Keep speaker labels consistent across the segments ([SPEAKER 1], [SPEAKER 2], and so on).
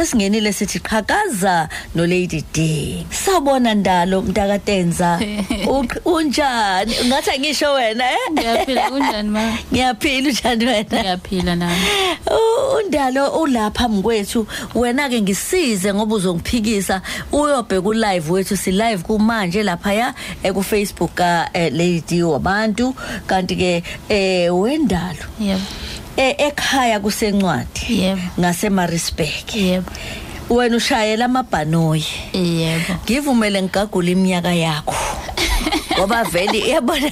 [SPEAKER 1] sesingenile sithi qhakaza no Lady D sabona ndalo mntakatenza u- unjani ngathi angisho wena eh
[SPEAKER 2] Ngiyaphila kunjani ma?
[SPEAKER 1] ngiyaphila unjani wena
[SPEAKER 2] Ngiyaphila nami.
[SPEAKER 1] U- undalo ulapha mkwethu wena ke ngisize ngoba uzongiphikisa uyobheka ulive wethu si live kumanje lapha ya ku Facebook ka eh, Lady wabantu kanti ke eh wendalo
[SPEAKER 2] Yebo.
[SPEAKER 1] eh, ekhaya kusencwadi
[SPEAKER 2] Yebo.
[SPEAKER 1] ngasemarisbek
[SPEAKER 2] Yebo.
[SPEAKER 1] wena ushayela amabhanoyi
[SPEAKER 2] Yebo.
[SPEAKER 1] ngivumele ngigagula iminyaka yakho ngoba vele iyabona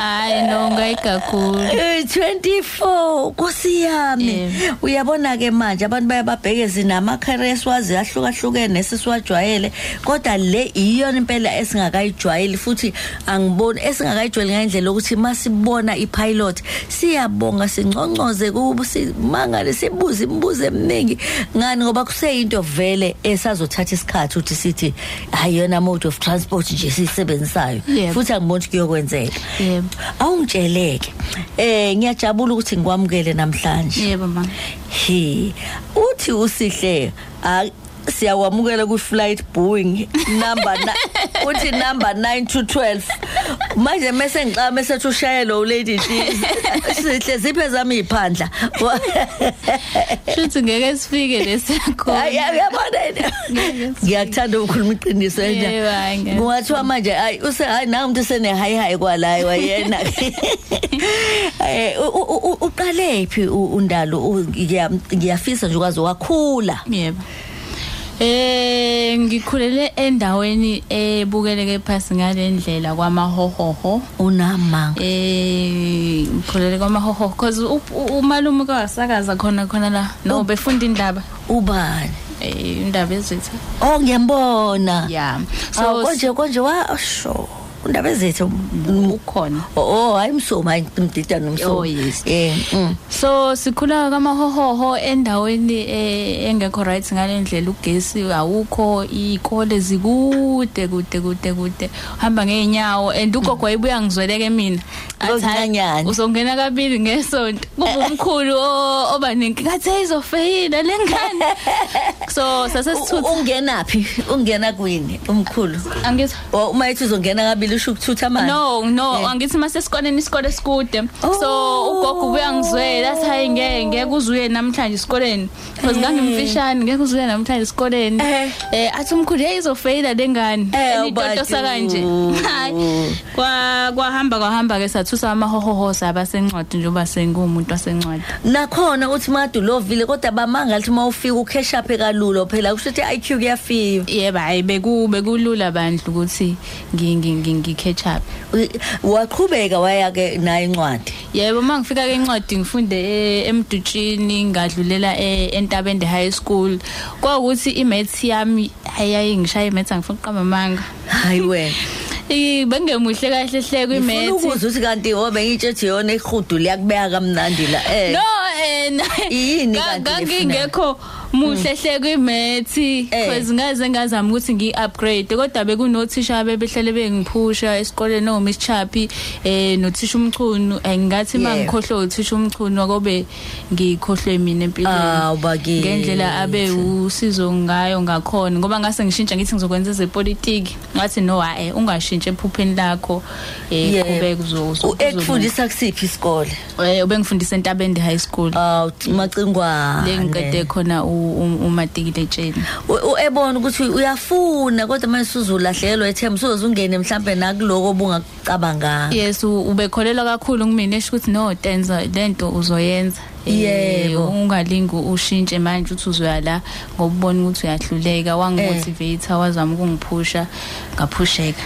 [SPEAKER 2] Hayi no ngayigagula.
[SPEAKER 1] Eh, 24 Nkosi yami
[SPEAKER 2] Yebo.
[SPEAKER 1] uyabona ke manje abantu bayababhekezi namakhares wazi ahlukahlukene sisiwajwayele kodwa le iyona impela esingakayijwayeli futhi angiboni esingakayijwayeli ngendlela ukuthi masibona ipilot siyabonga singcongcoze kubo simangale sibuze imibuzo eminingi ngani ngoba kuseyinto vele esazothatha isikhathi ukuthi sithi ayiyona mode of transport nje siyisebenzisayo
[SPEAKER 2] Yebo.
[SPEAKER 1] futhi angiboni ukuthi kuyokwenzeka
[SPEAKER 2] Yebo.
[SPEAKER 1] awungitsheleke eh ngiyajabula ukuthi ngikwamukele namhlanje
[SPEAKER 2] Yebo ma.
[SPEAKER 1] he uthi usihle ah, siyawamukela ku flight boeing number na, uthi number 9 to 12 manje mase ngixama sethu ushayelo u lady T. sihle ziphe zami iphandla
[SPEAKER 2] Futhi ngeke sifike
[SPEAKER 1] Ay,
[SPEAKER 2] lesakho.
[SPEAKER 1] ay, yabona yini? ngiyakuthanda ukukhuluma iqiniso
[SPEAKER 2] Yebo, hhayi, ngeke.
[SPEAKER 1] kungathiwa manje hayi use hayi nangu umuntu senehayi hayi kwalayo wayena Eh, u- u- u- u- uqale phi u- undalo U- ngiya- ngiyafisa nje ukwazi wakhula
[SPEAKER 2] Yebo. Eh ngikhulele endaweni ebukeleke phansi ngalendlela kwamahohoho.
[SPEAKER 1] unamanga
[SPEAKER 2] Eh ngikhulele kwamahoho because umalume kwasakaza khona khona la. No befunda indaba.
[SPEAKER 1] ubani
[SPEAKER 2] Eh indaba ezitha.
[SPEAKER 1] oh ngiyambona
[SPEAKER 2] Yeah. Oh,
[SPEAKER 1] so
[SPEAKER 2] So
[SPEAKER 1] konje konje washo undaba zethu mm,
[SPEAKER 2] ukhona.
[SPEAKER 1] oh hayi msomi hayi mdida
[SPEAKER 2] Oh,
[SPEAKER 1] nomsomi
[SPEAKER 2] yes.
[SPEAKER 1] eh mm.
[SPEAKER 2] so sikhula kamahohoho endaweni eh, engekho right ngalendlela ugesi awukho iy'kole zikude kude kude kude uhamba ngey'nyawo and ugogo wayebuya ngizweleke mina Athi,
[SPEAKER 1] Uzozincanyana.
[SPEAKER 2] uzongena kabili ngesonto kuba umkhulu o- oba nenkinga athi "Hey, izofeyila le ngane so
[SPEAKER 1] U-
[SPEAKER 2] sasesithutha
[SPEAKER 1] ungenaphi ungena kwini umkhulu
[SPEAKER 2] angithi
[SPEAKER 1] Oh uma ethi uzongena kabili usho ukuthutha manje.
[SPEAKER 2] no no
[SPEAKER 1] Eh.
[SPEAKER 2] angithi masesikoleni isikole sikude so
[SPEAKER 1] Oh.
[SPEAKER 2] ugogo ubuya ngizwela athi hayi ngeke ngeke uzuye namhlanje isikoleni because ngangimfishane ngeke uzuye namhlanje isikoleni
[SPEAKER 1] Eh.
[SPEAKER 2] eh athi umkhulu hey izofeyila lengane
[SPEAKER 1] Eh,
[SPEAKER 2] elitoto
[SPEAKER 1] ubati.
[SPEAKER 2] sakanje Hayi. kwa kwahamba kwahamba ke sathusa amahohoho saba sencwadi njengoba sengumuntu wasencwadi
[SPEAKER 1] Nakhona uthi madulovile kodwa bamanga lithi mawufika ucash up ekalulo phela kusho ukuthi iQ kuyafika.
[SPEAKER 2] yebo hayi beku bekulula bandla ukuthi ngi- ngi- ngi- ngi-catch up
[SPEAKER 1] U- Waqhubeka waya ke nayo incwadi.
[SPEAKER 2] Yebo mangifika ke incwadi ngifunde e- emdutshini ngadlulela e- eNtabende High School kwawukuthi imaths yami ayayi ngishaya imaths angifuni uqamba manga
[SPEAKER 1] Hayi wena.
[SPEAKER 2] I- bengemuhle kahle hle
[SPEAKER 1] Ngifuna
[SPEAKER 2] kwimaths
[SPEAKER 1] ukuza ukuthi kanti ho bengitshethi yona ihudu liyakubeka kamnandi la. Eh.
[SPEAKER 2] No and
[SPEAKER 1] Yini
[SPEAKER 2] Ga-
[SPEAKER 1] kanti Hmm. le
[SPEAKER 2] ngangingekho muhle hle kwimaths
[SPEAKER 1] Eh.
[SPEAKER 2] because ngaze ngazama ukuthi ngi-upgrade kodwa bekunothisha bebehlele bengiphusha esikoleni omiss Chappy eh nothisha umchunu Eh, ngingathi
[SPEAKER 1] Yebo.
[SPEAKER 2] mangikhohlwe uthisha umchunu akobe ngikhohlwe mina empilweni
[SPEAKER 1] Ah ubaki.
[SPEAKER 2] ngendlela abe usizo ngayo ngakhona ngoba ngase ngishintsha ngithi ngizokwenza ezepolitiki ngathi no hayi ungashintshe ephupheni lakho eh kube kuzo
[SPEAKER 1] ekufundisa kusiphi isikole?
[SPEAKER 2] eh ubengifundisa entabeni high school
[SPEAKER 1] Ah macingwa.
[SPEAKER 2] lengiqede Ah, khona umatikile tsheni
[SPEAKER 1] ebona ukuthi uyafuna kodwa manje suzulahlekelwa ithemba sozungene mhlambe nakuloko obungakucabanga
[SPEAKER 2] yes u- ubekholelwa kakhulu kumina esho ukuthi no tenza lento uzoyenza Eh,
[SPEAKER 1] Yebo.
[SPEAKER 2] ungalingi ushintshe manje uthi uzoya la ngobubona ukuthi uyahluleka
[SPEAKER 1] Eh.
[SPEAKER 2] wangimotivate wazama ukungiphusha ngaphusheka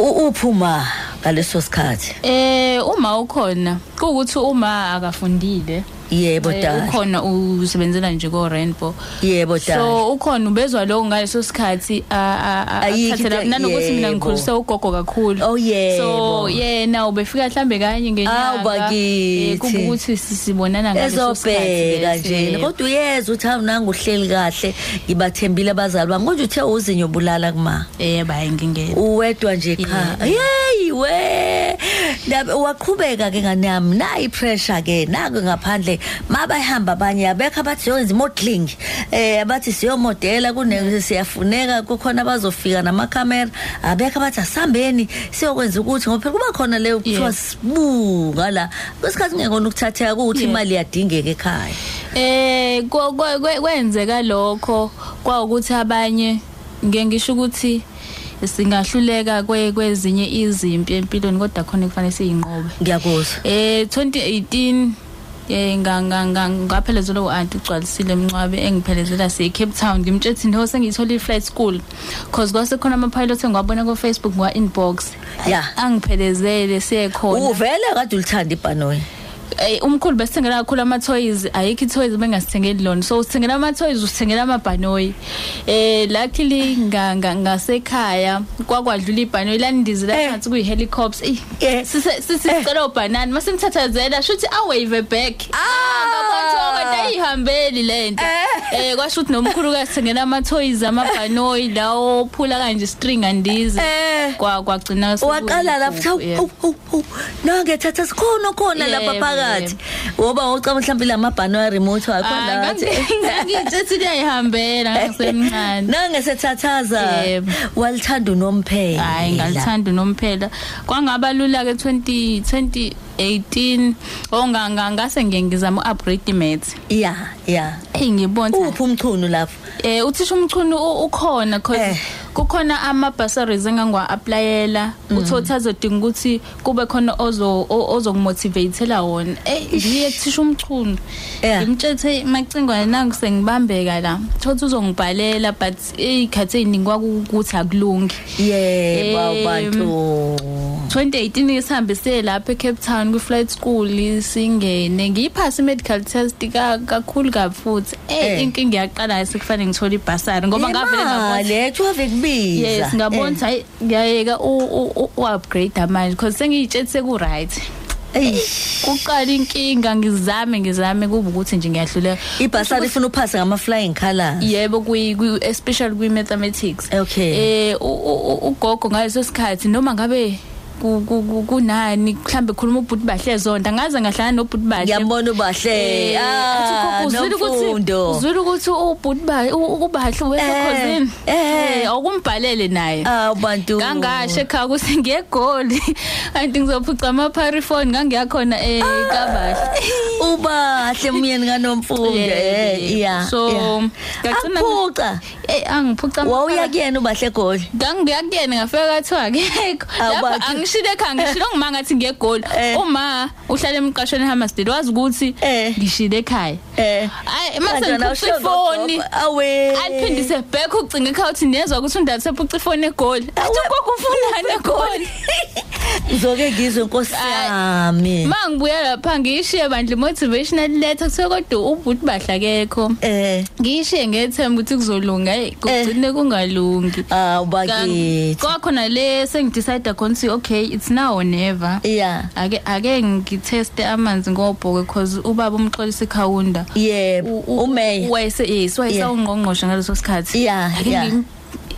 [SPEAKER 1] uphuma ngaleso sikhathi
[SPEAKER 2] Eh uma ukhona kuukuthi uma akafundile
[SPEAKER 1] yebo
[SPEAKER 2] eh,
[SPEAKER 1] dad
[SPEAKER 2] ukhona usebenzela nje ko Rainbow
[SPEAKER 1] yebo dad
[SPEAKER 2] so ukhona ubezwa lo ngaleso sikhathi a- a- a-
[SPEAKER 1] Ayikho into-
[SPEAKER 2] akuthathela- nanokuthi mina
[SPEAKER 1] yebo.
[SPEAKER 2] ngikhulise ugogo kakhulu
[SPEAKER 1] oh
[SPEAKER 2] so
[SPEAKER 1] yebo
[SPEAKER 2] yena ubefika mhlambe kanye
[SPEAKER 1] Awu, bakithi.
[SPEAKER 2] kubukuthi sisibonana ngaleso sikhathi
[SPEAKER 1] ezobheka
[SPEAKER 2] lesi.
[SPEAKER 1] nje kodwa uyeza uthi hawu nangu uhleli kahle ngibathembile abazali bami konje uthe uzinyo bulala kuma
[SPEAKER 2] eh bayi ngingena
[SPEAKER 1] uwedwa nje cha yeyi we Ndabe- waqhubeka ke ngane yami nayi pressure ke nako ngaphandle mabahamba abanye abekho abathi siyoyenza i-modeling eh abathi siyomodela kune siyafuneka kukhona abazofika namakhamera abekho abathi asihambeni siyokwenza ukuthi ngoba phela kuba khona leyo kuthiwa
[SPEAKER 2] Yes.
[SPEAKER 1] sibuka la kwesikhathi kungekona ukuthatheka kuwuthi
[SPEAKER 2] Yes.
[SPEAKER 1] imali iyadingeka ekhaya
[SPEAKER 2] eh ko- ko- kwe- kwenzeka lokho kwawukuthi abanye ngeke ngisho ukuthi singahluleka kwe- kwezinye izimpi empilweni kodwa khona kufanele siyinqobe
[SPEAKER 1] ngiyakuzwa
[SPEAKER 2] eh 2018 eh ngangangaphelezela uanti ugcwalisile emncwabe engiphelezela siye Cape Town ngimtshethi no sengiyithola iflight school cause kwase khona ama pilot engiwabona ku Facebook ngwa inbox
[SPEAKER 1] ya
[SPEAKER 2] angiphelezele siye khona
[SPEAKER 1] uvele kade ulithanda ibhanoyi
[SPEAKER 2] Eh, umkhulu besithengela kakhulu ama toys ayikho toys bengasithengeli lona so usithengela ama toys usithengela amabhanoyi eh luckily nga- nga- ngasekhaya kwakwadlula ibhanoyi landizi
[SPEAKER 1] Eh.
[SPEAKER 2] laphansi kuyi helicopters eh
[SPEAKER 1] Eh.
[SPEAKER 2] sise sisicela ubhanani masimthathazela shuthi awave back
[SPEAKER 1] Ah!
[SPEAKER 2] ngabantwana ayihambeli lento
[SPEAKER 1] Eh.
[SPEAKER 2] eh kwasho ukuthi nomkhulu kasithengela ama toys amabhanoyi lawo phula kanje string andizi
[SPEAKER 1] Eh.
[SPEAKER 2] kwa kwagcina sekuyi-
[SPEAKER 1] waqala lapha
[SPEAKER 2] Yeah.
[SPEAKER 1] nangethatha sikhona khona
[SPEAKER 2] Yeah,
[SPEAKER 1] lapha phakathi woba wocama mhlawumbe lamabhano aremote wakho
[SPEAKER 2] Ah, ngangitshethi liyayihambela ngasemncane
[SPEAKER 1] nangesethathaza
[SPEAKER 2] Yebo.
[SPEAKER 1] walithanda unomphela
[SPEAKER 2] hayi ngalithanda unomphela kwangaba lula-ke 2018 ongangase ngiye ngizama u-upgrade imath
[SPEAKER 1] ya ya
[SPEAKER 2] eyi ngibona
[SPEAKER 1] uphi umchunu lapho
[SPEAKER 2] um uthisha umchunu u- ukhona
[SPEAKER 1] Eh.
[SPEAKER 2] cause kukhona ama-bursaries engangiwa-aplayela uthouthi azodinga ukuthi kube khona ozo- o- ozokumotivate-ela wona eyi ngiye kuthisha umchunu
[SPEAKER 1] Yeah.
[SPEAKER 2] ngimtshethe macingwane nangu sengibambeka la thothi uzongibhalela but eh, iy'khathi ey'ningi kwakukuthi akulungi
[SPEAKER 1] yebo
[SPEAKER 2] Em.
[SPEAKER 1] bantu
[SPEAKER 2] 2018 isihambise lapha eCape Town kwi-flight school singene ngiyiphasa i-medical test ka- kakhulu kabi futhi
[SPEAKER 1] Eh.
[SPEAKER 2] eh inkinga yaqala sekufanele ngithole ibhasari ngoba ngavele ngabona
[SPEAKER 1] ethwave kubiza
[SPEAKER 2] yes ngabona ukuthi hayi ngiyayeka u- u- u-upgrade manje because sengiyitshetse ku-right
[SPEAKER 1] Eh,
[SPEAKER 2] kuqala inkinga ngizame ngizame kube ukuthi nje ngiyahluleka
[SPEAKER 1] ibhasari ifuna uphase ngama-flying colors
[SPEAKER 2] yebo kwi kwi- especially kwi mathematics
[SPEAKER 1] Okay.
[SPEAKER 2] eh u- u- u- ugogo ngaleso sikhathi noma ngabe ku- ku- ku- kunani mhlambe khuluma ubhuti bahle zonda ngaze ngahlala nobhuti bahle
[SPEAKER 1] ngiyambona ubahle
[SPEAKER 2] Eh, athi ugogo,
[SPEAKER 1] Ah,
[SPEAKER 2] uzwile ukuthi
[SPEAKER 1] nomfundo.
[SPEAKER 2] uzwile ukuthi ubhuti bahle ubahle
[SPEAKER 1] Eh,
[SPEAKER 2] wesekhosini
[SPEAKER 1] eh.
[SPEAKER 2] eh akumbhalele naye
[SPEAKER 1] aw bantu
[SPEAKER 2] ngangasho ekhaya ukuthi ngiyegoli anti ngizophuca ama-parifoni ngangiyakhona um kabahle
[SPEAKER 1] ubahle myeni kanomfundo
[SPEAKER 2] Yeah,
[SPEAKER 1] eh,
[SPEAKER 2] yeah.
[SPEAKER 1] yeah
[SPEAKER 2] So, ngagcina-
[SPEAKER 1] ngaphuca
[SPEAKER 2] Eh, angiphuca ama-
[SPEAKER 1] wawuya kuyena ubahle egoli
[SPEAKER 2] ngangibuya kuyena ngafika kwathiwa ngekho
[SPEAKER 1] Awu,
[SPEAKER 2] lapho
[SPEAKER 1] bathi-
[SPEAKER 2] angishile ekhaya ngishilo ngima ngathi ngiyegoli
[SPEAKER 1] Eh.
[SPEAKER 2] uma uhlala emqashweni ehammersdale wazi ukuthi
[SPEAKER 1] Eh.
[SPEAKER 2] ngishile ekhaya
[SPEAKER 1] eh
[SPEAKER 2] Ayi, mase
[SPEAKER 1] kanjani,
[SPEAKER 2] ngiphuca
[SPEAKER 1] awushiwo
[SPEAKER 2] ifoni
[SPEAKER 1] ngogogo? awe
[SPEAKER 2] aliphindise back ucinga ekhaya uthi nezwa ukuthi undathephuca ifoni egoli
[SPEAKER 1] Awu,
[SPEAKER 2] athi ugogo ufunani egoli
[SPEAKER 1] ngizoke ngizwe nkosi
[SPEAKER 2] Ayi.
[SPEAKER 1] yami
[SPEAKER 2] ma ngibuya lapha ngiyishiye bandla i-motivational letter kuthiwe kodwa ubhuti bahle akekho
[SPEAKER 1] eh
[SPEAKER 2] ngiyishiye ngethemba ukuthi kuzolunga eyi kugcine kungalungi
[SPEAKER 1] aw
[SPEAKER 2] Kanti
[SPEAKER 1] bakithi
[SPEAKER 2] kwakhona le sengidecide khona ukuthi okay it's now or never
[SPEAKER 1] yeah
[SPEAKER 2] ake ake ngitheste amanzi ngobhoko because ubaba umxolisa ikhawunda
[SPEAKER 1] yebo umey
[SPEAKER 2] wayese yes
[SPEAKER 1] Eh. Yeah.
[SPEAKER 2] wayesawungqongqoshe ngaleso sikhathi
[SPEAKER 1] Yeah,
[SPEAKER 2] Ake
[SPEAKER 1] yeah.
[SPEAKER 2] ngim-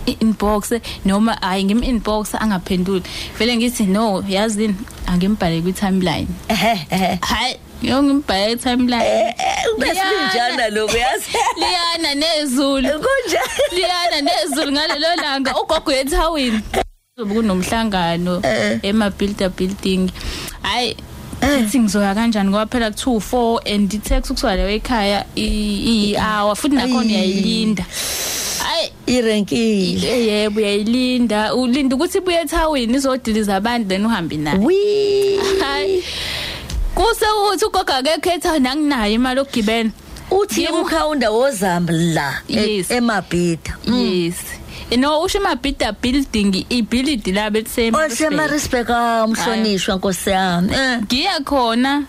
[SPEAKER 2] i- inbox noma hayi ngim inbox angaphenduli vele ngithi no yazini angimbhale kwi timeline
[SPEAKER 1] ehe ehe
[SPEAKER 2] hayi ngiyombhale kwi timeline
[SPEAKER 1] Eh, eh, ubesinjana lokho yazi
[SPEAKER 2] liyana nezulu
[SPEAKER 1] kunjani
[SPEAKER 2] liyana nezulu ngalelo langa ugogo yethawini Kuzobe kunomhlangano
[SPEAKER 1] Eh.
[SPEAKER 2] ema-builder building hhayi ithi ngizoya kanjani ngoba phela kuthiwa u-four and i-tax ukusuka leyo ekhaya iyi-hour futhi nakhona
[SPEAKER 1] Ayi.
[SPEAKER 2] uyayilinda hhayi
[SPEAKER 1] irenkile
[SPEAKER 2] eh, yebo uyayilinda ulinda ukuthi ibuye ethawini izodiliza abantu then uhambe nayo
[SPEAKER 1] wi
[SPEAKER 2] hayi kusewuthi ugogo akekho ethawini anginayo imali okugibela
[SPEAKER 1] uthi
[SPEAKER 2] Yebo.
[SPEAKER 1] ukhawunda wozamba la e-
[SPEAKER 2] Yes.
[SPEAKER 1] emabhida
[SPEAKER 2] yes no usho imabhida building ibhilidi labo
[SPEAKER 1] osema
[SPEAKER 2] elisem
[SPEAKER 1] respect ah, umhlonishwa nkosi yami Eh,
[SPEAKER 2] ngiya khona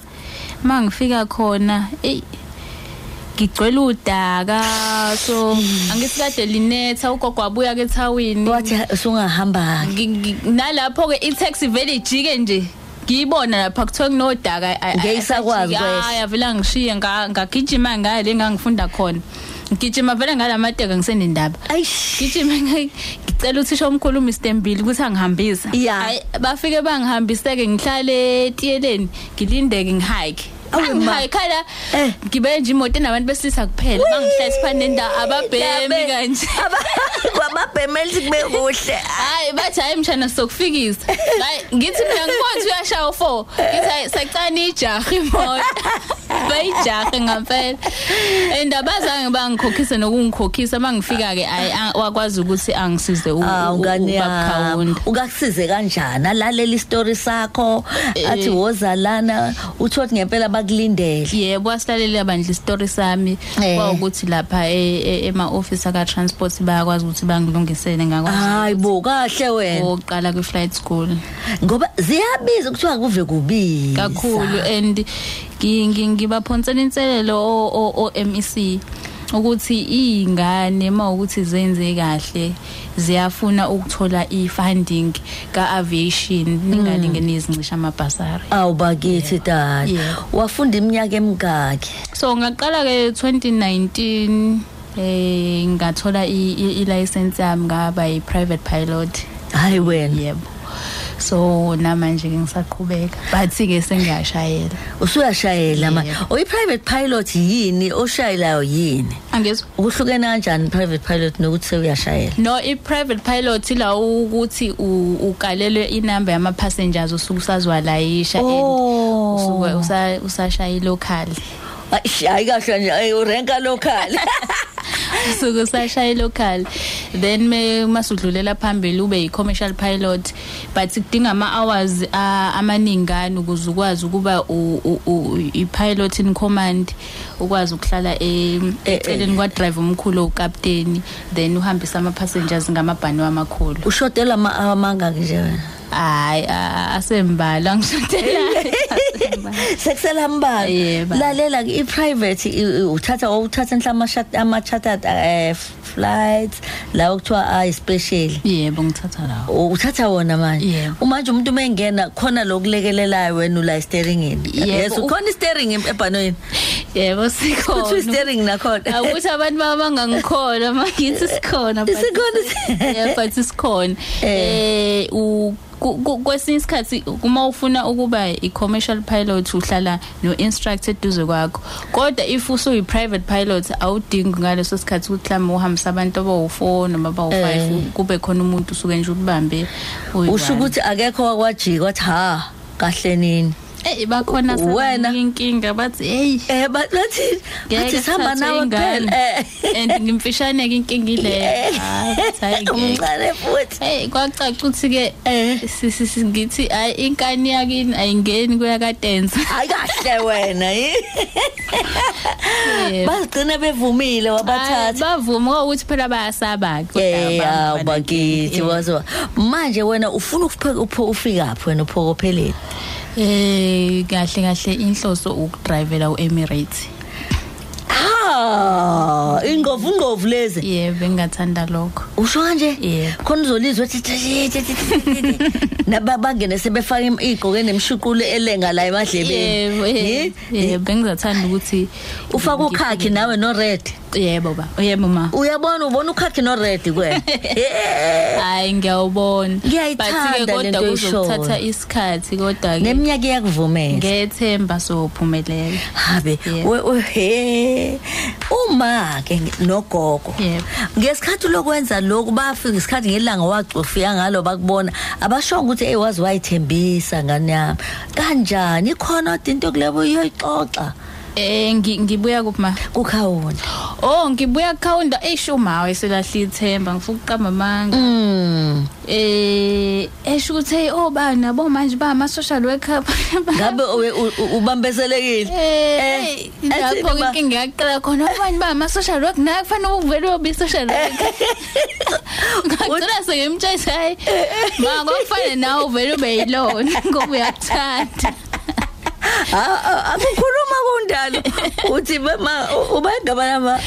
[SPEAKER 2] uma ngifika khona eyi ngigcwele udaka so angisikade linetha ugogo wabuya ke ethawini
[SPEAKER 1] wathi usungahamba
[SPEAKER 2] Ngi- ngi- nalapho-ke i-taxi vele ijike nje ngiyibona lapha kuthiwa kunodaka
[SPEAKER 1] Ngeke isakwazi ukwehla.
[SPEAKER 2] avela ngishiye nga- ngagijima ngayo le ngangifunda khona ngigijima vele ngalamateka ngisenendaba
[SPEAKER 1] ayish
[SPEAKER 2] gijima ngi- ngicela uthisha omkhulu Mr Mbili ukuthi angihambisa
[SPEAKER 1] Ya.
[SPEAKER 2] Hhayi, bafike bangihambiseke ngihlale etiyeleni ngilindeke ngihike
[SPEAKER 1] Awe ma.
[SPEAKER 2] angihayikhala
[SPEAKER 1] Eh.
[SPEAKER 2] ngibe nje imoto enabantu besilisa kuphela bangihlala phana nendawo ababhemi kanje
[SPEAKER 1] kwababhemeli kube kuhle
[SPEAKER 2] hayi bathi hayi mshana sokufikisa hayi ngithi mina ngibona ukuthi uyashaya u4 ngithi hayi sacana ijahi imoto bayijahi ngampela and abazange bangikhokhise nokungikhokhisa mangifika ke hayi a- wakwazi ukuthi angisize u- u-
[SPEAKER 1] Ah
[SPEAKER 2] u-
[SPEAKER 1] ungane yami
[SPEAKER 2] ubabukhawunda
[SPEAKER 1] ukakusize kanjani alalela istori sakho
[SPEAKER 2] Eh.
[SPEAKER 1] athi wozalana uthothi ngempela bakulindele
[SPEAKER 2] yebo wasilalela bandla isitori sami
[SPEAKER 1] Eh.
[SPEAKER 2] kwawukuthi lapha e- e- ema-ofisi akatransport bayakwazi ukuthi bangilungisele ngakwazi
[SPEAKER 1] hayi bo kahle wena
[SPEAKER 2] oqala kwi-flight school
[SPEAKER 1] ngoba ziyabiza kuthiwa kuve kubiza
[SPEAKER 2] kakhulu and ngi- ngi- ngibaphonsela inselelo o- o- o-MEC ukuthi iy'ngane uma ukuthi zenze kahle ziyafuna ukuthola i-funding ka-aviation ningalingeni izincisha amabhasari
[SPEAKER 1] awubakithi dala
[SPEAKER 2] Yeah.
[SPEAKER 1] wafunda iminyaka emingaki
[SPEAKER 2] so ngaqala-ke 2019 eh ngathola i- i- i-license yami ngaba i-private pilot
[SPEAKER 1] hayi wena
[SPEAKER 2] yebo so namanje-ke ngisaqhubeka but-ke sengiyashayela
[SPEAKER 1] usuyashayela manje
[SPEAKER 2] Yebo.
[SPEAKER 1] oyi-private pilot yini oshayelayo yini
[SPEAKER 2] angezwa
[SPEAKER 1] ukuhlukene kanjani private pilot nokuthi sewuyashayela
[SPEAKER 2] no i-private pilot ila ukuthi u- ukalelwe inamba yama-passengers usuke usazwalayisha
[SPEAKER 1] Oh.
[SPEAKER 2] usuke usa- usashaye ilokhali
[SPEAKER 1] Ayish, hayi kahle nje ayi, urenka local
[SPEAKER 2] usuke usashaye ilokhali then me- masudlulela phambili ube yi-commercial pilot but kudinga ama-hours a- amaningana ukuze ukwazi ukuba u- u- u- i-pilot in command ukwazi ukuhlala e-
[SPEAKER 1] Eh, eh.
[SPEAKER 2] eceleni kwadrayive omkhulu owukapteni then uhambise ama-passengers ngamabhani wamakhulu
[SPEAKER 1] ushodelwa ama-hour amangaki nje wena
[SPEAKER 2] hayi a- asembalwa ngishodelayo
[SPEAKER 1] sekusela
[SPEAKER 2] Eh,
[SPEAKER 1] mbalwa
[SPEAKER 2] ba.
[SPEAKER 1] lalela ke i-private i- i- uthatha uthatha mhlawumbe ama-chartered eh, flights lawo kuthiwa ayi-special
[SPEAKER 2] yebo ngithatha lawo
[SPEAKER 1] uthatha wona manje
[SPEAKER 2] Yebo.
[SPEAKER 1] umanje umuntu uma engena khona lokulekelelayo wena ula isteringini
[SPEAKER 2] Yebo,
[SPEAKER 1] yes
[SPEAKER 2] u-
[SPEAKER 1] ukhona istering ebhanoyini
[SPEAKER 2] yebo
[SPEAKER 1] uthi
[SPEAKER 2] sikhona
[SPEAKER 1] istering nakhona
[SPEAKER 2] ukuthi abantu babangangikholwa mangithi sikhona but-
[SPEAKER 1] Sikhona, si-
[SPEAKER 2] Yeah, but sikhona
[SPEAKER 1] Eh.
[SPEAKER 2] eh u- ku- ku- kwesinye isikhathi uma ufuna ukuba i-commercial pilot uhlala no-instructor eduze kwakho kodwa if usuyi-private pilot awudingi ngaleso sikhathi ukuthi mhlawumbe uhambise abantu abawu-four noma
[SPEAKER 1] Eh.
[SPEAKER 2] abawu-five kube khona umuntu usuke nje ukubambe
[SPEAKER 1] usho ukuthi akekho wakwajika wathi ha kahle nini
[SPEAKER 2] Eh bakhona
[SPEAKER 1] Wena.
[SPEAKER 2] inkinga bathi hey
[SPEAKER 1] um bathi
[SPEAKER 2] ngeke
[SPEAKER 1] bathi sihamba
[SPEAKER 2] sithathe
[SPEAKER 1] nawe
[SPEAKER 2] ingane."
[SPEAKER 1] kuphela Eh.
[SPEAKER 2] and ngimfishane ke inkinga ile
[SPEAKER 1] Yeah.
[SPEAKER 2] Ah, bathi, "Hhayi,
[SPEAKER 1] um
[SPEAKER 2] ngeke."
[SPEAKER 1] umncane futhi
[SPEAKER 2] Hey kwacaca ukuthi ke
[SPEAKER 1] Eh.
[SPEAKER 2] si- si- si- ngithi ayi inkani yakini ayingeni kuyakadensa
[SPEAKER 1] hayi kahle wena yi bazigcine bevumile wabathatha Eh,
[SPEAKER 2] bavuma ukuthi phela bayasaba
[SPEAKER 1] Yeah, bakithi wazo manje wena ufuna ukuphe- upho- ufika phi wena uphokophelele
[SPEAKER 2] eh kahle kahle inhloso ukudrivela uEmirates
[SPEAKER 1] ha ingovu ngovu Ah, lezi
[SPEAKER 2] yebo bengathanda lokho
[SPEAKER 1] usho kanje
[SPEAKER 2] Yebo.
[SPEAKER 1] khona uzolizwa thi- thi- thi- thi- thi- thi- thi- thi. Naba- bangene sebefake im- iy'gqoke nemshuqulo elenga la
[SPEAKER 2] yebo
[SPEAKER 1] emadlebeni
[SPEAKER 2] eh, eh, bengizathanda ukuthi
[SPEAKER 1] ufake ukhakhi nawe no-red
[SPEAKER 2] yebo
[SPEAKER 1] Oh,
[SPEAKER 2] ba yebo ma
[SPEAKER 1] uyabona ubona ukhakhi no-red kwena Eh,
[SPEAKER 2] hayi ngiyawubona
[SPEAKER 1] Ngiyayithanda
[SPEAKER 2] But-ke
[SPEAKER 1] lento
[SPEAKER 2] kodwa kuzokuthatha
[SPEAKER 1] oyishoyo.
[SPEAKER 2] isikhathi kodwa-ke
[SPEAKER 1] neminyaka iyakuvumela
[SPEAKER 2] ngethemba sophumelela
[SPEAKER 1] habe
[SPEAKER 2] Yebo.
[SPEAKER 1] we- we- he uma ke nogogo
[SPEAKER 2] Yebo.
[SPEAKER 1] ngesikhathi lokwenza lokhu bafika isikhathi ngelanga wacofika ngalo bakubona abashonga ukuthi hey wazi wayithembisa ngani yami kanjani ikhona kodwa into kulebo uyoyixoxa
[SPEAKER 2] eh ngi- ngibuya kuphi ma
[SPEAKER 1] kukhawona
[SPEAKER 2] oh ngibuya khawunda eshuma wayeselahla ithemba ngifuna ukuqamba amanga
[SPEAKER 1] mm
[SPEAKER 2] eh esho ukuthi hey obana bo manje ba ama social worker
[SPEAKER 1] ngabe owe- u- u- ubambezelekile
[SPEAKER 2] Eh,
[SPEAKER 1] Eh, athini
[SPEAKER 2] lapho
[SPEAKER 1] ma?
[SPEAKER 2] inkinga yaqala khona abanye bama-social work naye kufanele ukuvele uyobe-social worker ngagcina sengimtshayisa hayi ma kwakufanele nawe uvele ube yilona ngoba uyakuthanda
[SPEAKER 1] Ah, ah, akukhuluma kundalo uthi bema ubangaba nama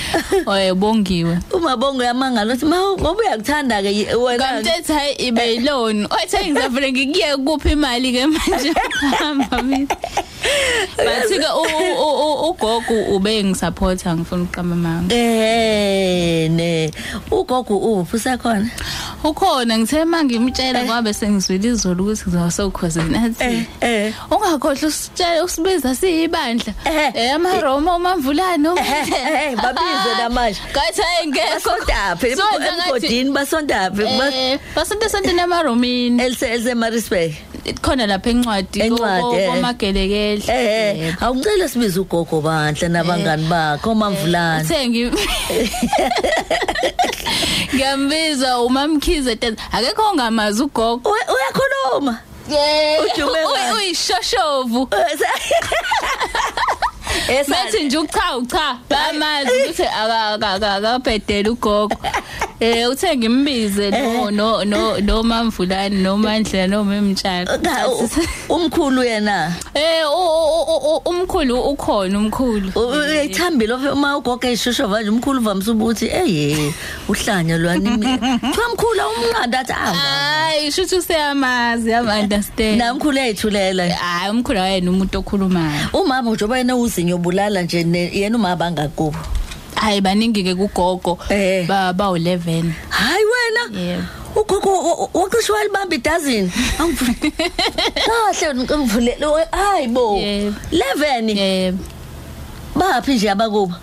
[SPEAKER 2] oye bongiwe
[SPEAKER 1] umabongo yamangalo uthi ma ngoba uyakuthanda ke wena
[SPEAKER 2] kamtethi hayi ibe yilona othi hayi ngizavele ngikuye kuphi imali-ke manje hamba mina but ke u- u- u- ugogo ube ngisupporta ngifuna uqama manga
[SPEAKER 1] Eh ne ugogo uphi sekhona?
[SPEAKER 2] ukhona ngithe mangimtshela kwabe sengizwile izolo ukuthi ngizawusokhosini
[SPEAKER 1] Eh
[SPEAKER 2] athi
[SPEAKER 1] eh
[SPEAKER 2] ungakhohlwa usitshela usibiza siyibandla
[SPEAKER 1] Eh.
[SPEAKER 2] eh amaroma umamvulana
[SPEAKER 1] Eh, eh, babize namanje.
[SPEAKER 2] kathi ayengekho
[SPEAKER 1] basontaphi
[SPEAKER 2] Sonke ngathi-
[SPEAKER 1] emgodini basontaphi
[SPEAKER 2] Eh, basonto sonto namaromini
[SPEAKER 1] elise elise Maritzburg.
[SPEAKER 2] Eh, khona lapha encwadi
[SPEAKER 1] Eh. Encwadi, eh.
[SPEAKER 2] komagelekehle
[SPEAKER 1] Eh eh awucela sibize ugogo bandla nabangani bakho mamvulana.
[SPEAKER 2] uthe ngi- ngiyambiza umamkhize tete akekho ongamazi ugogo
[SPEAKER 1] Uya- Uyakhuluma. Udume
[SPEAKER 2] Uy-
[SPEAKER 1] kabi.
[SPEAKER 2] uyishoshovu bethi nje ucha ucha bamazi ukuthi aka- aka- aka- akabhedele ugogo um uthe ngimbize no- no- no- nomamvulani nomandlela nomemtshalo
[SPEAKER 1] Ka- u- umkhulu yena
[SPEAKER 2] Eh, um umkhulu ukhona umkhulu
[SPEAKER 1] U- u- uyayithambile uma ugogo eyishosho manje umkhulu vamise ukuthi eye uhlanya lwani kuthiwa mkhulu awumnqanda athi ah
[SPEAKER 2] hayi shouthi useyamazi yama-understand
[SPEAKER 1] na mkhulu uyayithulela
[SPEAKER 2] hayi umkhulu wayena umuntu okhulumayo
[SPEAKER 1] umama njengoba yena uzinyo bulala nje ne- yena umama angakubo
[SPEAKER 2] hayi baningi-ke kugogo
[SPEAKER 1] Eh.
[SPEAKER 2] ba- bawu-leven
[SPEAKER 1] hayi wena
[SPEAKER 2] yebo
[SPEAKER 1] ugogo wacishe walibamba idazini Angivule- kahle ngivulele we- hayi bo
[SPEAKER 2] Yebo.
[SPEAKER 1] 11
[SPEAKER 2] yebo
[SPEAKER 1] baphi nje abakubo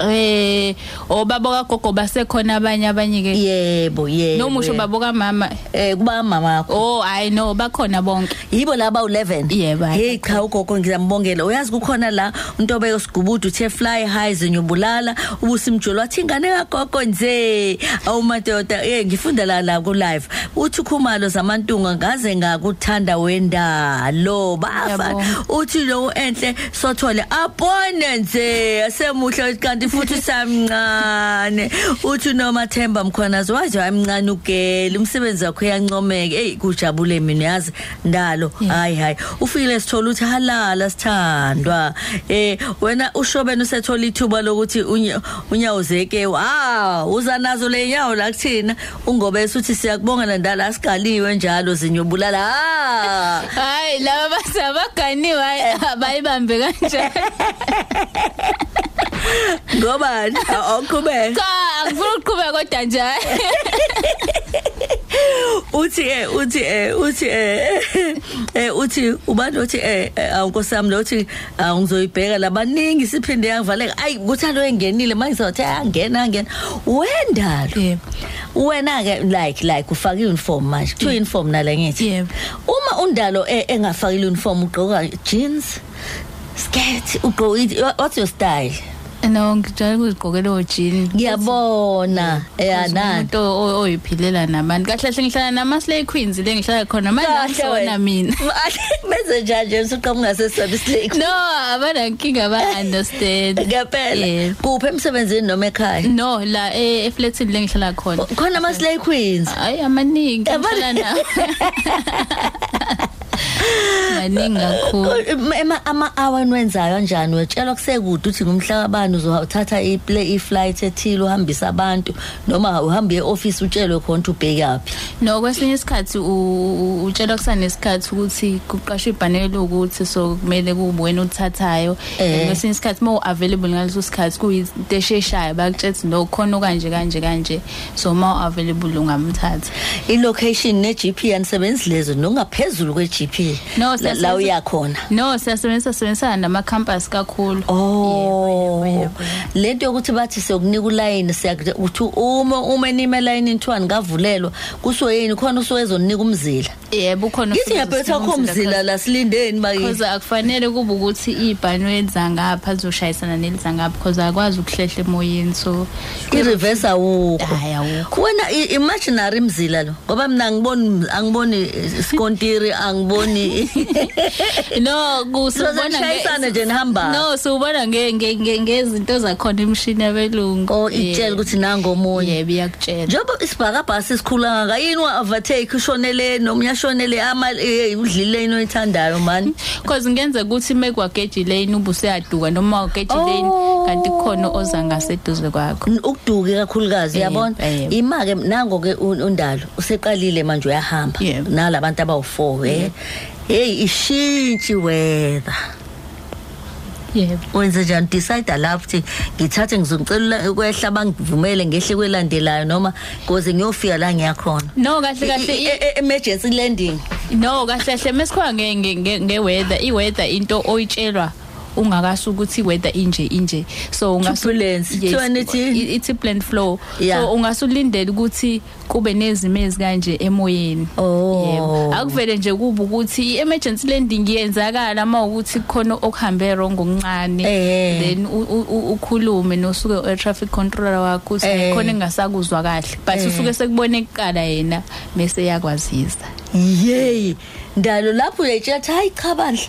[SPEAKER 2] eh obaba kagogo basekhona abanye abanye-ke
[SPEAKER 1] yebo yebo
[SPEAKER 2] nomusho
[SPEAKER 1] yebo.
[SPEAKER 2] babo kamama
[SPEAKER 1] eh kuba mama
[SPEAKER 2] oh hayi no bakhona bonke
[SPEAKER 1] yibo laba u11
[SPEAKER 2] Yebo, hhayi.
[SPEAKER 1] hey cha ugogo ngizambongela uyazi kukhona la untobe yosigubudu uthe fly high zinyubulala ubusimjolo wathi ingane kagogo nje awumadoda eh ngifunda la la ku live uthi khumalo zamantunga ngaze ngakuthanda wendalo bafa
[SPEAKER 2] Ngiyabonga.
[SPEAKER 1] uthi lo enhle sothole abone nje semuhle kanti futhi samncane uthi noma Themba Mkhwanazi waje wamncane ugele umsebenzi wakhe uyancomeka hey kujabule mina yazi ndalo
[SPEAKER 2] Yeah.
[SPEAKER 1] hayi hayi ufile sithola uthi halala sithandwa eh wena ushobene usethola ithuba lokuthi unya- unyawuzeke ha uza nazo le nyawo la kuthina ungobe uthi siyakubonga ndala asigaliwe njalo zinyobulala ha
[SPEAKER 2] hayi laba baseabaganiwe hayi bayibambe kanjani
[SPEAKER 1] ngobani Oh, awuqhubeka
[SPEAKER 2] cha angifuna ukuqhubeka kodwa nje hhayi.
[SPEAKER 1] uthi eh uthi eh uthi eh eh uthi ubani uthi eh eh, awunkosami lo ah, uthi awungizoyibheka labaningi siphinde yangivaleka ayi kuthalo engenile manje sothi angena angena wendalo
[SPEAKER 2] Yebo.
[SPEAKER 1] wena ke like like ufaka uniform manje two uniform nala ngithi
[SPEAKER 2] Yebo.
[SPEAKER 1] uma undalo eh, engafaki uniform ugqoka jeans skirt ugqoka what's your style
[SPEAKER 2] no ngijale ukuzigqokela ojini
[SPEAKER 1] ngiyabona Eh, eyanani
[SPEAKER 2] umuntu o- oyiphilela nabantu kahle hle ngihlala nama-slay queens le ngihlala khona manje angisona mina
[SPEAKER 1] benze njani nje msuqa ungasesabi isileki
[SPEAKER 2] no abanankinga ba-understand
[SPEAKER 1] ngempela
[SPEAKER 2] Yebo.
[SPEAKER 1] kuphi emsebenzini noma ekhaya
[SPEAKER 2] no la e- eflatini le ngihlala khona
[SPEAKER 1] khona ama-slay queens
[SPEAKER 2] hayi amaningi
[SPEAKER 1] Yabona-
[SPEAKER 2] ngihlala nawo maningi kakhulu
[SPEAKER 1] Ema- ama-hour enwenzayo anjani wetshelwa kusekude uthi ngumhla kabani uzothatha i-flight ethile uhambise abantu noma uhambe e-ofisi utshelwe khona ukuthi ubhekaphi
[SPEAKER 2] no kwesinye isikhathi u- u- utshelwa kusanesikhathi ukuthi kuqashwe ibhanele ukuthi so kumele kube wena oluthathayo
[SPEAKER 1] Eh.
[SPEAKER 2] And kwesinye isikhathi uma u-available ngaleso sikhathi kuyinto esheshayo bakutshela ukuthi no khona okanje kanje kanje so uma u-available ungamthatha
[SPEAKER 1] i-location ne-g p anisebenzi lezo nokungaphezulu kwe-g p
[SPEAKER 2] No,
[SPEAKER 1] la uyakhona
[SPEAKER 2] no siyasebenzisa sisebenzisana namakhampasi kakhulu
[SPEAKER 1] Oh
[SPEAKER 2] Yebo, yebo,
[SPEAKER 1] lento yokuthi bathi sokunika ulayini siyakuthi uma uma enime elayini thiwa ngavulelwa kusoyini khona usuke ezonika umzila
[SPEAKER 2] yebo khona
[SPEAKER 1] ngithi ngiyabetha kho mzila la silindeni bakithi
[SPEAKER 2] because akufanele kube ukuthi ibhanu elizangapha lizoshayisana nelizangapha because akwazi ukuhlehla emoyeni so
[SPEAKER 1] i-reverse awukho
[SPEAKER 2] hayi awukho
[SPEAKER 1] wena i- imaginary mzila lo ngoba mina angiboni angiboni eh, skontiri angiboni
[SPEAKER 2] no kusubona
[SPEAKER 1] Sizashayisana nje nihamba.
[SPEAKER 2] no siubona nge- nge- nge- ngezinto zakhona imishini yabelungu
[SPEAKER 1] o itshela ukuthi nangomunye
[SPEAKER 2] yebo iyakutshela
[SPEAKER 1] njengoba isibhakabhasi sikhula kangaka yini wa-overtake ushonele nomunye ashonele ama- eh, udlile into oyithandayo mani
[SPEAKER 2] cause ngenzeka ukuthi mekwageji lane ubuseyaduka noma wageji lane
[SPEAKER 1] Oh.
[SPEAKER 2] kanti kukhona oza ngaseduze kwakho
[SPEAKER 1] N- ukuduke kakhulukazi
[SPEAKER 2] Yebo,
[SPEAKER 1] uyabona
[SPEAKER 2] yebo.
[SPEAKER 1] ima ke nango ke undalo useqalile manje uyahamba
[SPEAKER 2] Yebo.
[SPEAKER 1] nalabantu abawu4 eh hey ishintshi weather
[SPEAKER 2] Oh. yebo
[SPEAKER 1] wenze njani decide lapho ukuthi ngithathe ngizongicela ukwehla bangivumele ngehle kwelandelayo noma ngoze ngiyofika la ngiyakhona
[SPEAKER 2] no kahle kahle i-
[SPEAKER 1] E- e- emergency landing
[SPEAKER 2] no kahle kahle mesikhoya nge nge- nge nge weather i weather into oyitshelwa ungakasuka ukuthi weather inje inje so ungasu-
[SPEAKER 1] Turbulence.
[SPEAKER 2] Yes,
[SPEAKER 1] Kuthiwani ithi?
[SPEAKER 2] i- it's a planned flow
[SPEAKER 1] Yeah.
[SPEAKER 2] so ungasulindele ukuthi kube nezimo ezikanje emoyeni
[SPEAKER 1] Oh.
[SPEAKER 2] Yebo. akuvele nje kuba ukuthi emergency landing iyenzakala mawukuthi khona okuhambe wrong okuncane
[SPEAKER 1] Eh.
[SPEAKER 2] then u- u- u- ukhulume nosuke e traffic controller wakho
[SPEAKER 1] Eh.
[SPEAKER 2] uthi khona engasakuzwa kahle but
[SPEAKER 1] Eh.
[SPEAKER 2] usuke sekubone kuqala yena bese yakwazisa
[SPEAKER 1] yeyi ndalo lapho uyayitshela ukuthi hayi cha bandla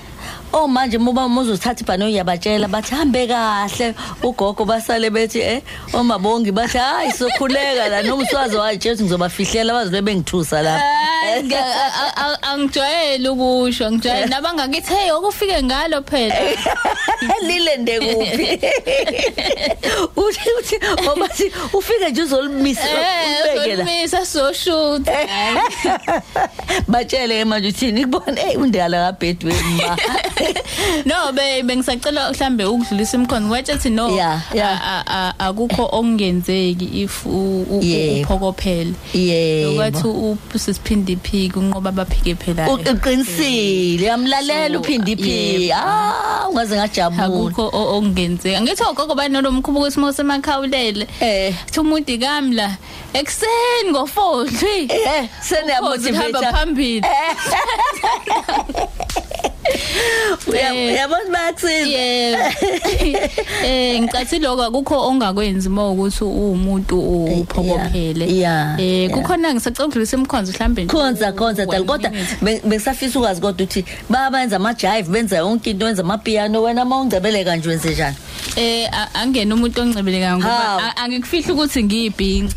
[SPEAKER 1] Oh manje muba muzothatha ibhanoyi yabatshela bathi hambe kahle ugogo basale bethi eh omabongi bathi hayi sokhuleka la noma uswazi wayitshela ukuthi ngizobafihlela bazobe bengithusa lapha
[SPEAKER 2] Hayi, nge- a- a- a- angijwayele ukusho
[SPEAKER 1] Eh.
[SPEAKER 2] ngijwayele nabangakithi hey okufike ngalo phela Eh,
[SPEAKER 1] lilende kuphi uthi uthi obathi ufike nje uzolimisa
[SPEAKER 2] Eh,
[SPEAKER 1] ubeke la
[SPEAKER 2] umisa soshoot
[SPEAKER 1] Eh. batshele ke manje uthini kubona hey undala kabhedi wemba
[SPEAKER 2] no be bengisacela mhlambe ukudlulisa imkhono kwatshathi no
[SPEAKER 1] Yeah, yeah.
[SPEAKER 2] a- a- a- akukho ongenzeki if u- u-
[SPEAKER 1] Yebo.
[SPEAKER 2] uphokophele
[SPEAKER 1] yebo
[SPEAKER 2] ukwathi usisiphinde iphiki unqoba abaphike phela
[SPEAKER 1] U- uqinisile uyamlalela
[SPEAKER 2] So,
[SPEAKER 1] uphinde iphi
[SPEAKER 2] yebo.
[SPEAKER 1] ah ungaze ngajabula
[SPEAKER 2] akukho o- okungenzeka ngithi "Oh, ogogo banolomkhubo ukuthi mose makhawulele
[SPEAKER 1] eh
[SPEAKER 2] Kuthi umuntu ikamla ekuseni ngo4 3
[SPEAKER 1] eh
[SPEAKER 2] Ukhozi kuhamba
[SPEAKER 1] seneyamotivate
[SPEAKER 2] phambili Eh.
[SPEAKER 1] uyabona bayakusiza
[SPEAKER 2] yeah eh ngicathi lokho akukho ongakwenzi mawukuthi uwumuntu uphokophele
[SPEAKER 1] yeah,
[SPEAKER 2] eh
[SPEAKER 1] yeah.
[SPEAKER 2] kukhona ngisacela ukudlulisa imkhonzo mhlambe nje.
[SPEAKER 1] khonza khonza dal
[SPEAKER 2] One
[SPEAKER 1] kodwa
[SPEAKER 2] minute.
[SPEAKER 1] be- bengisafisa ukwazi kodwa ukuthi bayabenza ama-jive benza yonke into wenza amapiyano wena uma ungcebele kanje wenze njani
[SPEAKER 2] eh a- angena umuntu oncebelekayo
[SPEAKER 1] Hawu.
[SPEAKER 2] ngoba a- angikufihli ukuthi ngiyibhinqa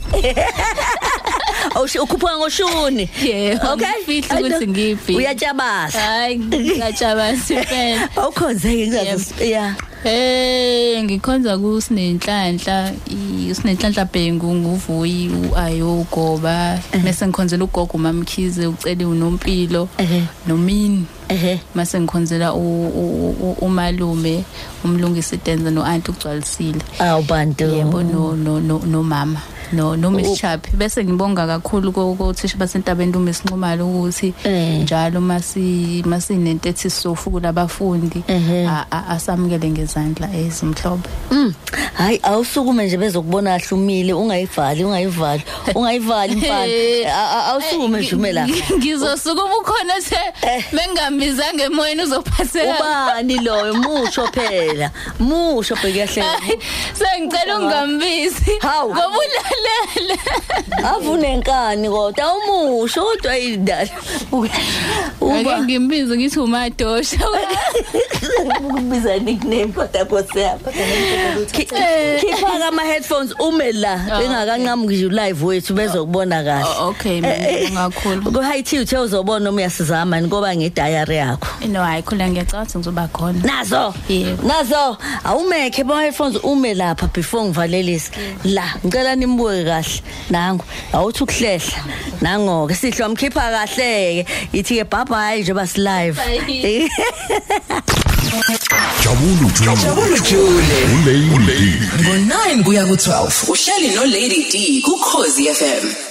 [SPEAKER 1] Awushi- ukhuphuka ngoshuni
[SPEAKER 2] Yeah, angifihli ukuthi ngiphi. Eh.
[SPEAKER 1] uyatshabasa
[SPEAKER 2] hayi ngiyajabula sifela
[SPEAKER 1] awukhonzeke ngizazi ya
[SPEAKER 2] Eh ngikhonza kusinenhlanhla isinenhlanhla bhengu nguvuyi uayo goba bese ngikhonzela ugogo mamkhize ucele unompilo
[SPEAKER 1] Ehhe.
[SPEAKER 2] nomini
[SPEAKER 1] ehe
[SPEAKER 2] mase ngikhonzela u- u- u- umalume umlungisi Tenza noanti ugcwalisile
[SPEAKER 1] awu bantu
[SPEAKER 2] yebo no no no nomama no no
[SPEAKER 1] Oh.
[SPEAKER 2] Miss Chaphi bese ngibonga kakhulu ko ko thisha basentabeni uMiss Nxumalo ukuthi
[SPEAKER 1] Eh.
[SPEAKER 2] njalo masi masinento ethi sofukula abafundi
[SPEAKER 1] Ehhe.
[SPEAKER 2] a- a- asamukele ngezandla ezimhlobo
[SPEAKER 1] Mm. hayi awusukume nje bezokubona kahle umile ungayivali ungayivali ungayivali mfana
[SPEAKER 2] Eh,
[SPEAKER 1] A- a- awusukume nje Eh. ume lapha
[SPEAKER 2] Ngizosuka ubukhona the mengambizanga emoyeni uzophatheka
[SPEAKER 1] ubani loyo musho phela musho bhekuyahlela
[SPEAKER 2] Sengicela ungambisi
[SPEAKER 1] Hawu.
[SPEAKER 2] ngoba ulalele
[SPEAKER 1] avune nkani kodwa awumusho kodwa yidala
[SPEAKER 2] Ake
[SPEAKER 1] uba
[SPEAKER 2] ngimbize ngithi umadosha
[SPEAKER 1] ukubiza nickname kodwa kosiyapha khipha ama headphones ume la
[SPEAKER 2] Oh,
[SPEAKER 1] bengakanqamuki nje live wethu bezokubona kahle
[SPEAKER 2] Oh, okay
[SPEAKER 1] Eh,
[SPEAKER 2] mina ngakhulu
[SPEAKER 1] kuhayithi uthe uzobona noma uyasizama ngoba ngediary yakho
[SPEAKER 2] no hayi khula ngiyacabanga ukuthi ngizoba khona
[SPEAKER 1] nazo
[SPEAKER 2] Yebo.
[SPEAKER 1] nazo awumekhe ba headphones ume lapha before ngivalelisa la ngicela nimbuke kahle nangu awuthi ukuhlehla nango ke sihle wamkhipha kahle ke ithi ke bye bye nje bas live Eh.
[SPEAKER 2] Bye.
[SPEAKER 3] jabulu jule
[SPEAKER 4] jabule jule
[SPEAKER 3] ulady
[SPEAKER 4] ngo-9 kuya ku-12 uhleli nolady d kukhozi fm